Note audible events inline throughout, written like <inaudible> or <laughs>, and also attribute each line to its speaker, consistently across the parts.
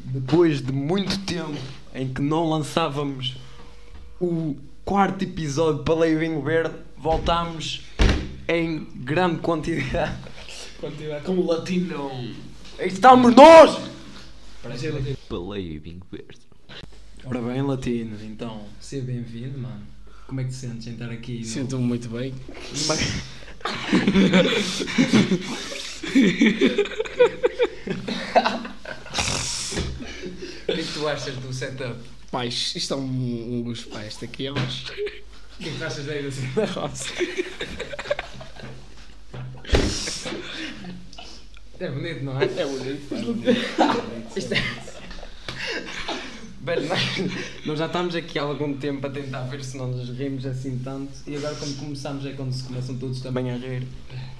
Speaker 1: depois de muito tempo em que não lançávamos o quarto episódio para Lei Vinho Verde, voltámos em grande quantidade.
Speaker 2: Quantidade como latino.
Speaker 1: Aí estamos nós!
Speaker 2: Parece latino.
Speaker 3: Baleio Bingo Verde.
Speaker 1: Ora bem, Latino, então, seja bem-vindo, mano. Como é que te sentes em estar aqui? no-
Speaker 4: Sinto-me muito bem.
Speaker 1: Mas-
Speaker 2: O que é que tu achas do setup?
Speaker 4: Pais, isto é um, um gosto para esta aqui, mas.
Speaker 2: O que é que tu achas daí assim? É bonito, não é?
Speaker 4: É bonito.
Speaker 1: é- <laughs> Velho, nós, nós já estamos aqui há algum tempo a tentar ver se não nos rimos assim tanto e agora quando começamos é quando se começam todos também a rir.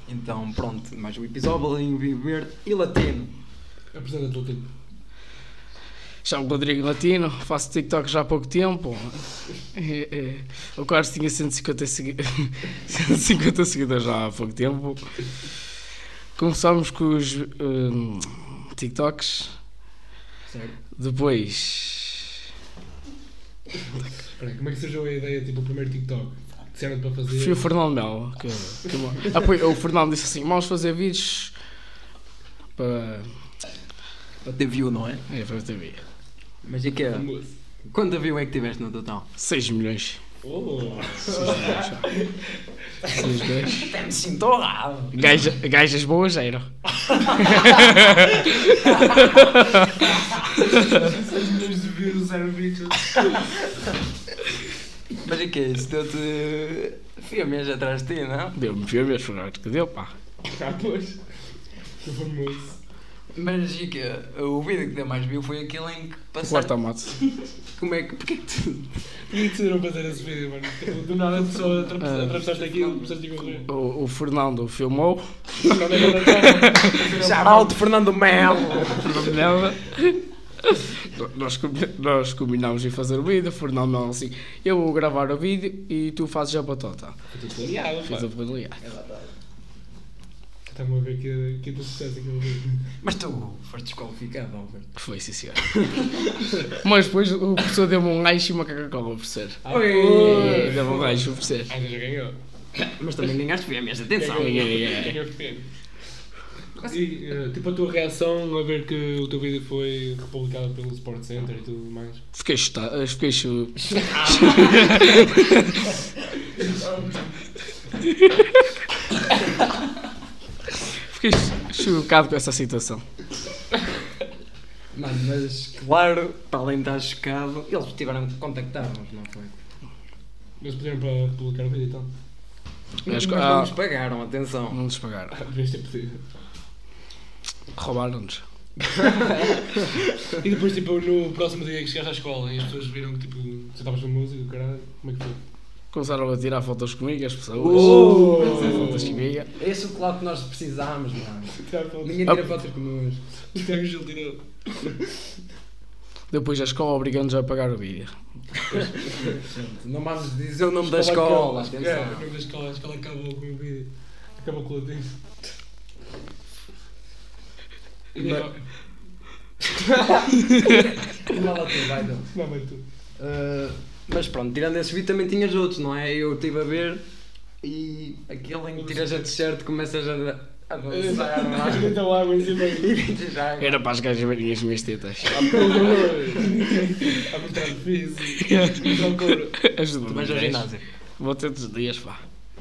Speaker 1: Então pronto, mais um episódio, Balinho Vinho Verde e Latino.
Speaker 2: Apresenta-te latino.
Speaker 4: Chamo-me Rodrigo Latino, faço TikTok já há pouco tempo. É, é, O Carlos tinha 150, segui- <laughs> 150 seguidores já há pouco tempo. Começámos com os hum, TikToks,
Speaker 2: Certo.
Speaker 4: depois
Speaker 2: Espera aí, como é que surgiu a ideia, tipo, o primeiro TikTok? Disseram-te para fazer.
Speaker 4: Foi o Fernando Melo. Que, que- ah, pois, o Fernando disse assim: vamos fazer vídeos para,
Speaker 1: Para ter view, não é?
Speaker 4: é, para a TV.
Speaker 1: Mas e que é?
Speaker 2: Famoso.
Speaker 1: Quanto view é que tiveste no total?
Speaker 4: 6 milhões.
Speaker 2: Oh!
Speaker 4: 6 milhões.
Speaker 1: Até me sinto honrado.
Speaker 4: Gaja, gajas boas eram.
Speaker 2: Seis milhões de views, zero vídeos.
Speaker 1: Mas e que é? Isso deu-te... Fia mesmo atrás de ti, não?
Speaker 4: Deu-me pior vez, foi o que deu, pá.
Speaker 2: Ah, pois. Estou famoso.
Speaker 1: Mas e que é? O vídeo que deu mais view foi aquele em que passaste...
Speaker 4: Quarta moto.
Speaker 1: Como é que... Porquê que tu...
Speaker 2: Por que decidiram fazer esse vídeo, mano? Tipo, Do nada, só atrape- atravessaste aqui e começaste a correr.
Speaker 4: O, o Fernando filmou.
Speaker 2: Não, não é <laughs> verdade.
Speaker 1: Shout Fernando Melo!
Speaker 4: o Fernando Melo. No- Nós, combi- nós combinámos em fazer o vídeo. O Fernando Melo assim: eu vou gravar o vídeo e tu fazes a batota.
Speaker 2: Estou planeado,
Speaker 4: Fiz
Speaker 2: pá.
Speaker 4: a batalha.
Speaker 1: É
Speaker 2: Estamos a ver que, que do sucesso aquele vídeo.
Speaker 1: Mas tu foste desqualificado, Alberto.
Speaker 4: Foi, sim, senhor. Mas depois o professor deu-me um gancho e uma Coca-Cola, professor.
Speaker 2: Ah,
Speaker 1: Oi.
Speaker 4: Deu-me um gancho, professor.
Speaker 2: Ainda já ganhou.
Speaker 1: Mas também ganhaste VMS, atenção.
Speaker 4: Ganhei, ganhei.
Speaker 2: Ganhou pequeno. E, eh, tipo, a tua reação a ver que o teu vídeo foi republicado pelo Sport Center e tudo mais?
Speaker 4: Fiquei chutado,
Speaker 1: <laughs>
Speaker 4: fiquei chu- Fiquei chu- chocado com essa situação.
Speaker 1: Mano, mas claro, para além de estar chocado, eles tiveram que contactar-nos, não foi?
Speaker 2: Eles pediram para republicar o vídeo então? e tal.
Speaker 4: Mas,
Speaker 1: Mas,
Speaker 4: ah,
Speaker 1: não nos pagaram, atenção.
Speaker 4: Não nos pagaram.
Speaker 2: Devias ter pedido.
Speaker 4: Roubaram-nos.
Speaker 2: E depois, tipo, no próximo dia que chegaste à escola e as pessoas viram que, tipo, já estavas famoso e o caralho, como é que foi?
Speaker 4: Começaram a tirar fotos comigo, as pessoas.
Speaker 1: Oh!
Speaker 4: Tirar fotos comigo.
Speaker 1: É isso claro que nós precisámos, mano.
Speaker 2: Tirar fotos.
Speaker 1: Ninguém tira fotos connosco.
Speaker 2: O Tiago Gil tirou.
Speaker 4: Depois a escola obrigando-nos a pagar o vídeo.
Speaker 1: Não vamos dizer o nome da escola,
Speaker 2: É, o
Speaker 1: atenção.
Speaker 2: nome da escola. A escola acabou com o vídeo. Acabou com
Speaker 4: <laughs>
Speaker 2: o latim. E
Speaker 4: Não.
Speaker 2: Não,
Speaker 1: Vá lá tu, vai tu.
Speaker 2: não, mas tu.
Speaker 1: Ah, É. mas pronto, tirando esse vídeo também tinhas outros, não é? Eu estive a ver e aquele em que tiras a t-shirt começas a, a
Speaker 2: <laughs>
Speaker 1: dançar, não
Speaker 2: Mas
Speaker 1: é?
Speaker 2: muita água em cima.
Speaker 4: <laughs>
Speaker 1: E dizes, "Ai,
Speaker 4: Era para as gajas verem as minhas tetas.
Speaker 2: A mostrar físico. Procura.
Speaker 4: <laughs> Ajuda-me.
Speaker 1: Mas ao
Speaker 4: gajo.
Speaker 1: ginásio.
Speaker 4: Vou todos os dias, pá.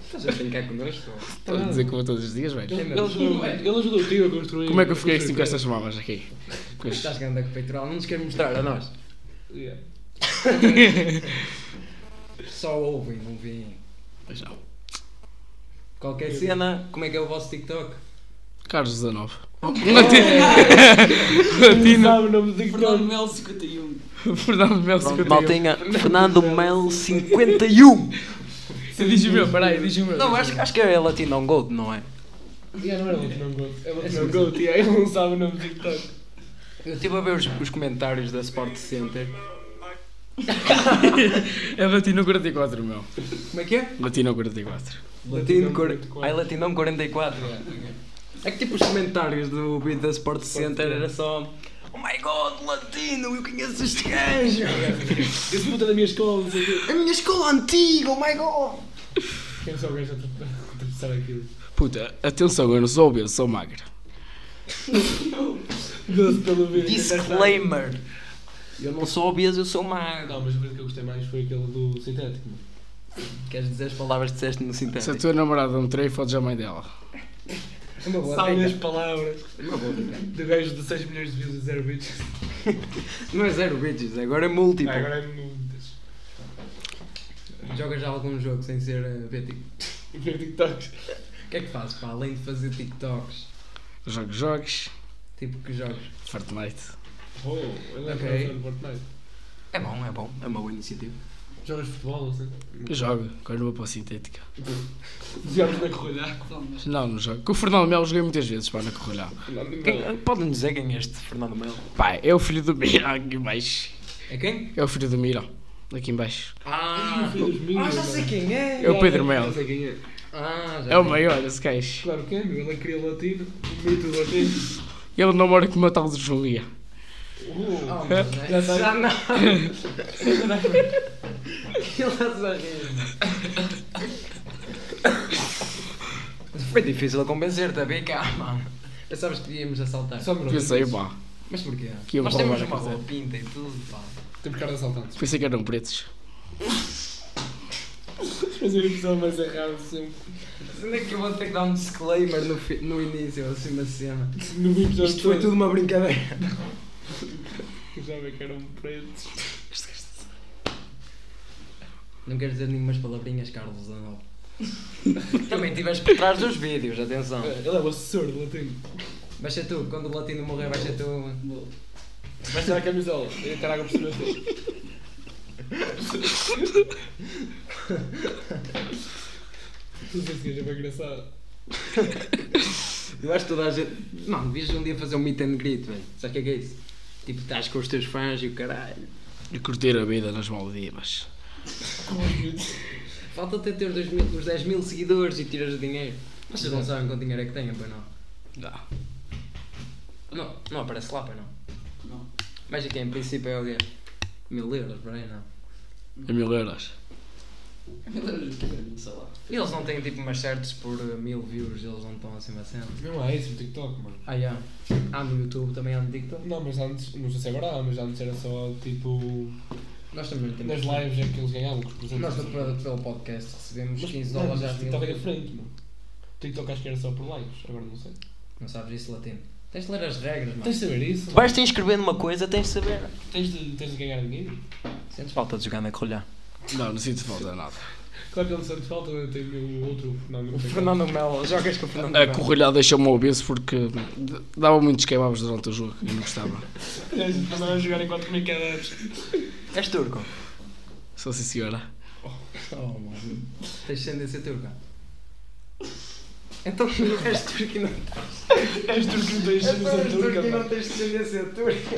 Speaker 1: Estás a brincar connosco?
Speaker 4: Estou a
Speaker 1: Ah.
Speaker 4: dizer que vou todos os dias, velho.
Speaker 2: Ele ajudou ele ajudou o tio a construir.
Speaker 4: é. Como é que eu fiquei assim com
Speaker 2: construir
Speaker 4: estas mamas aqui? Com este-
Speaker 1: Estás grande com peitoral, não nos queres mostrar a nós.
Speaker 2: coisas. Yeah.
Speaker 1: Só ouvem, não veem.
Speaker 4: Pois não.
Speaker 1: Qualquer cena, como é que é o vosso TikTok? Oh!
Speaker 4: Carlos 19.
Speaker 1: <laughs>
Speaker 4: Latino. Latino.
Speaker 2: Sabe o nome do TikTok?
Speaker 3: Mel 51.
Speaker 4: Fernando Mel 51.
Speaker 1: Fernando Mel 51.
Speaker 4: Diz o meu, peraí, diz o meu.
Speaker 1: Não, acho, acho que é Latino on Gold, não é?
Speaker 2: Yeah, não era outro nome goat. É outro nome goat. yeah, Ele não sabe o nome tá? do TikTok.
Speaker 1: Eu estive a ver os, os comentários da Sport Center.
Speaker 4: É Latino 44, meu.
Speaker 1: Como é que é?
Speaker 4: Latino 44.
Speaker 1: Latino, cor... Ai, Latino 44. É que tipo os comentários do vídeo da Sport Center era só Oh my god, latino, eu conheço este gajo!
Speaker 2: Esse puta da minha escola, não sei o quê.
Speaker 1: A minha escola antiga, oh my god!
Speaker 2: Quem é só o gajo a tra- <laughs> a atravessar aquilo?
Speaker 4: Puta, atenção, eu não sou obeso, sou magro.
Speaker 2: Doce pelo vídeo.
Speaker 1: Disclaimer! é Eu não sou obeso, eu sou magro.
Speaker 2: tá. Não, mas o que eu gostei mais foi aquele do sintético. mano.
Speaker 1: Queres dizer as palavras que disseste no
Speaker 4: Se a
Speaker 1: sintético?
Speaker 4: tua namorada me trair, fodes a mãe dela.
Speaker 1: É Uma boa
Speaker 2: Sabem as
Speaker 1: dica.
Speaker 2: palavras
Speaker 1: Uma boa dica.
Speaker 2: do gajo de 6 milhões de views e 0 bits.
Speaker 1: Não é zero bitches, agora é múltiplo.
Speaker 2: Agora é muitas.
Speaker 1: Jogas já algum jogo sem ser uh, ver tic-
Speaker 2: E ver TikToks.
Speaker 1: O que é que fazes, pá? Além de fazer TikToks,
Speaker 4: Jogo jogos,
Speaker 1: tipo que jogos.
Speaker 4: Fortnite.
Speaker 2: Oh, ele
Speaker 1: Ok.
Speaker 2: é okay. do Fortnite.
Speaker 1: É bom, é bom. É uma boa iniciativa.
Speaker 2: Jogas futebol, assim?
Speaker 4: Eu jogo, quando vou para a sintética.
Speaker 2: Tipo. Jogas na corrida.
Speaker 4: Não, não jogo. Com o Fernando Melo joguei muitas vezes, pá, na Corralhão.
Speaker 1: Podem dizer quem é este Fernando Melo?
Speaker 4: Pá, é o filho do Mirão aqui em baixo.
Speaker 1: É quem?
Speaker 4: É o filho do Mirão, aqui em baixo.
Speaker 1: Ah,
Speaker 2: Filho dos mil,
Speaker 1: ah, já sei quem é!
Speaker 4: É o Pedro Melo.
Speaker 2: Não sei quem é.
Speaker 1: Ah, já
Speaker 4: É o
Speaker 1: sei.
Speaker 4: maior, esse gajo.
Speaker 2: Claro que é, meu. Ele cria latino. O mito latino.
Speaker 4: Ele namora com uma tal de Julia.
Speaker 1: Oh,
Speaker 2: Uh,
Speaker 1: mas é-
Speaker 2: Já sei.
Speaker 1: Já não! Ele está-se a rir. Foi difícil a convencer-te a ver cá, mano. Pensavas que íamos assaltar.
Speaker 2: Só um me
Speaker 4: Pensei, pá,
Speaker 1: Mas porquê?
Speaker 4: Que eu
Speaker 1: Nós
Speaker 4: vou
Speaker 1: temos
Speaker 4: levar a
Speaker 1: uma boa
Speaker 4: casa.
Speaker 1: pinta e tudo, pá.
Speaker 2: Temos cara de assaltantes.
Speaker 4: pensei que eram pretos.
Speaker 2: Fazer a pessoa mais errada sempre.
Speaker 1: Sendo é que eu vou ter que dar um disclaimer no, fi- no início, assim, uma cena.
Speaker 2: No vídeo
Speaker 1: Isto foi tudo uma brincadeira.
Speaker 2: Já vi que eram pretos.
Speaker 1: Não quero dizer nenhumas palavrinhas, Carlos Zanol. Também estiveste por trás dos vídeos, atenção.
Speaker 2: Ele é o assessor do latino.
Speaker 1: Vai ser tu, quando o latino morrer, vai ser tu.
Speaker 2: Vai tirar a camisola. E caraca, por cima dele. Tu sei se é bem engraçado.
Speaker 1: Eu acho que toda a gente. Mano, devias um dia fazer um meet and greet, velho. Sabes o que é que é isso? Tipo, estás com os teus fãs e o caralho.
Speaker 4: E curtir a vida nas Maldivas.
Speaker 2: Como é que
Speaker 1: Falta até ter os, dois mil, os 10 mil seguidores e tiras o dinheiro. Vocês não sabem quanto dinheiro é que têm, pois não?
Speaker 4: Dá.
Speaker 1: Não, não aparece lá, pois não?
Speaker 3: Não.
Speaker 1: Mas aqui em princípio é o quê? Mil euros, por aí não.
Speaker 4: A mil euros.
Speaker 3: Sei lá.
Speaker 1: E eles não têm tipo umas certas por eh, mil views, eles não estão assim bastante.
Speaker 2: Não há isso no TikTok, mano.
Speaker 1: Ah, já. Há no YouTube, também há no TikTok.
Speaker 2: Não, mas antes, não sei se agora há, mas antes era só tipo.
Speaker 1: Nós também não
Speaker 2: Nas
Speaker 1: temos.
Speaker 2: lives é que eles ganhavam com os presentes.
Speaker 1: Nós pelo, pelo podcast recebemos
Speaker 2: Mas,
Speaker 1: 15
Speaker 2: não,
Speaker 1: dólares
Speaker 2: mas
Speaker 1: às mil
Speaker 2: o TikTok é
Speaker 1: views.
Speaker 2: diferente, mano. O TikTok acho que era só por lives, agora não sei.
Speaker 1: Não sabes isso latino. Tens de ler as regras, mano.
Speaker 2: Tens de saber isso?
Speaker 1: Vais te inscrever numa coisa, tens de saber.
Speaker 2: Tens de, tens de ganhar dinheiro?
Speaker 1: Sentes falta de jogar na colher.
Speaker 4: Não, não sinto falta de nada.
Speaker 2: Claro que ele sente falta, eu tenho o outro Fernando.
Speaker 1: O Fernando Melo, jogas com o Fernando
Speaker 4: A
Speaker 1: Melo.
Speaker 4: Corralhão deixou-me É, obeso porque d- dava muitos kebabs durante o jogo e não gostava.
Speaker 2: A gente passava a jogar enquanto comia kebabs.
Speaker 1: És turco?
Speaker 4: Só sim senhora.
Speaker 1: Oh, mano. Tens tendência turca? Então não és turco e não
Speaker 2: És tu que não tens de
Speaker 1: Então és
Speaker 2: ser
Speaker 1: turco
Speaker 2: turca,
Speaker 1: e não
Speaker 2: mano.
Speaker 1: tens tendência turca.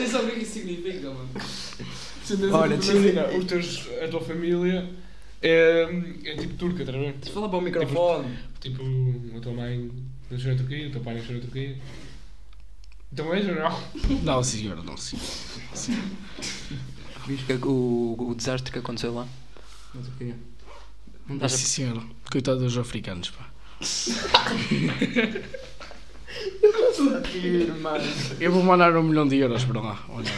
Speaker 3: Nem sabe o que é que isso significa, mano.
Speaker 1: Olha,
Speaker 2: Olha, imagina, os teus, a tua família é, é tipo turca, estás a ver?
Speaker 1: Tens de falar para o microfone.
Speaker 2: Tipo, a tua mãe nasceu na Turquia, o teu pai nasceu na Turquia. Então és ou não?
Speaker 4: Não, senhora, não, senhor.
Speaker 1: Viste o, o desastre que aconteceu lá? Mas o quê? Não
Speaker 4: Não,
Speaker 1: estás
Speaker 4: sim, senhora. Coitado dos africanos, pá.
Speaker 1: a mano.
Speaker 4: Eu vou mandar um milhão de euros para lá. Olha,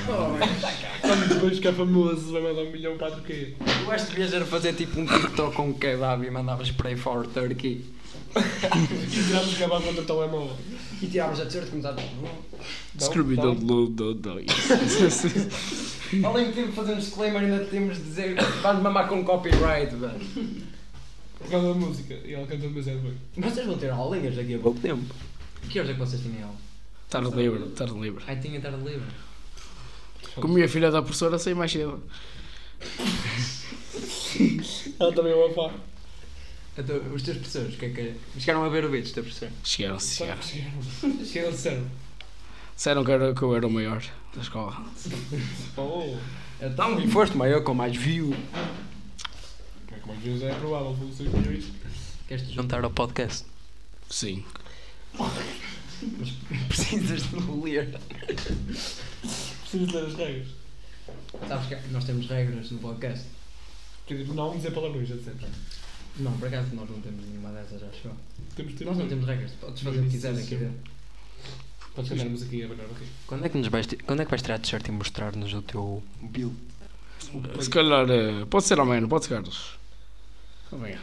Speaker 2: Quando depois ficar é famoso, vai mandar um milhão para a Turquia.
Speaker 1: Eu acho que devias era fazer tipo um TikTok com um kebab e mandavas spray for Turkey.
Speaker 2: E tiramos o cavalo contra o telemóvel.
Speaker 1: E tiravas a t-shirt e começavas.
Speaker 4: Scooby-Doo, do, do, do. Isso. <laughs>
Speaker 1: Além de tempo fazer um disclaimer, ainda temos de dizer vais mamar com copyright, velho.
Speaker 2: Por causa da música. E ela canta demasiado bem.
Speaker 1: Vocês vão ter aulinhas daqui a pouco tempo. Que horas é que vocês tinham aula?
Speaker 4: Tarde livre, tarde livre.
Speaker 1: Ai, tinha tarde livre.
Speaker 4: Com a minha filha da professora saí mais cedo.
Speaker 2: Ela também é uma fã.
Speaker 1: Então, os teus professores, o que é que é? Chegaram a ver o vídeo, os teus <laughs> professores.
Speaker 4: Chegaram-se,
Speaker 2: Sabe
Speaker 4: chegaram.
Speaker 2: que chegaram? Chegaram de cérebro.
Speaker 4: Disseram que, era, que eu era o maior da escola.
Speaker 2: Oh,
Speaker 1: Então, e foste maior com mais view.
Speaker 2: como é que mais vezes é provável, pelo 6 milhões.
Speaker 1: Queres-te juntar ao podcast?
Speaker 4: Sim.
Speaker 1: Mas <laughs> precisas de o ler.
Speaker 2: Preciso ler as regras.
Speaker 1: Sabes que nós temos regras no podcast?
Speaker 2: Quer dizer, não dizer palavrões, já dissemos.
Speaker 1: Não, por acaso nós não temos nenhuma dessas, acho eu.
Speaker 2: Temos tempo.
Speaker 1: Nós não temos regras, podes fazer o que quiseres aqui dentro.
Speaker 2: Podes cantarmos aqui a banana, ok?
Speaker 5: Quando é que, nos vais, ti- quando é que vais tirar a t-shirt e mostrar-nos o teu build?
Speaker 4: Se calhar, eh, pode ser amanhã, não pode ser, Carlos? Amanhã.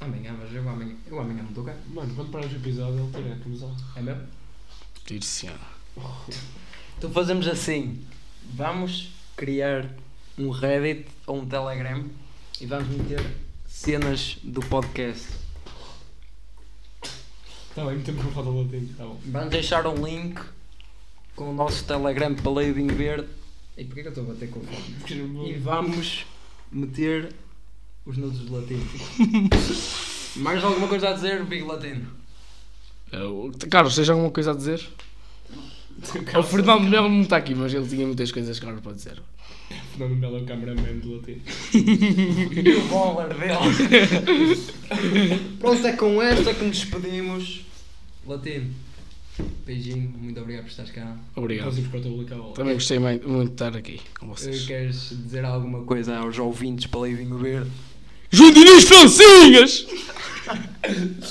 Speaker 1: Amanhã, mas eu amanhã, eu amanhã me tocar.
Speaker 2: Mano, quando parares o episódio, ele terá que usar.
Speaker 1: É mesmo?
Speaker 4: Tirciano.
Speaker 1: Então fazemos assim. Vamos criar um Reddit ou um Telegram e vamos meter cenas do podcast.
Speaker 2: Tá bem, metemos um foto latim. Tá bom.
Speaker 1: Vamos deixar um link com o nosso Telegram para Leiding Verde. E porquê que eu estou a bater com o fone?
Speaker 2: Porque não vou-
Speaker 1: E
Speaker 2: <laughs>
Speaker 1: vamos meter os nudes latinos. <laughs> Mais alguma coisa a dizer, Big Latino?
Speaker 4: Eh, Carlos, tens alguma coisa a dizer? O Fernando Melo não está aqui, mas ele tinha muitas coisas que Carlos pode dizer.
Speaker 2: Fernando Melo é o cameraman do latim.
Speaker 1: E o bowler dele. <laughs> Pronto, é com esta que nos despedimos. Latino, beijinho, muito obrigado por estares cá.
Speaker 4: Obrigado.
Speaker 2: Próximos tá para o teu local.
Speaker 4: Também gostei mai- muito de estar aqui com
Speaker 1: Eh,
Speaker 4: vocês.
Speaker 1: Queres dizer alguma coisa aos ouvintes para Leiding Verde?
Speaker 4: João Diniz Francinhas!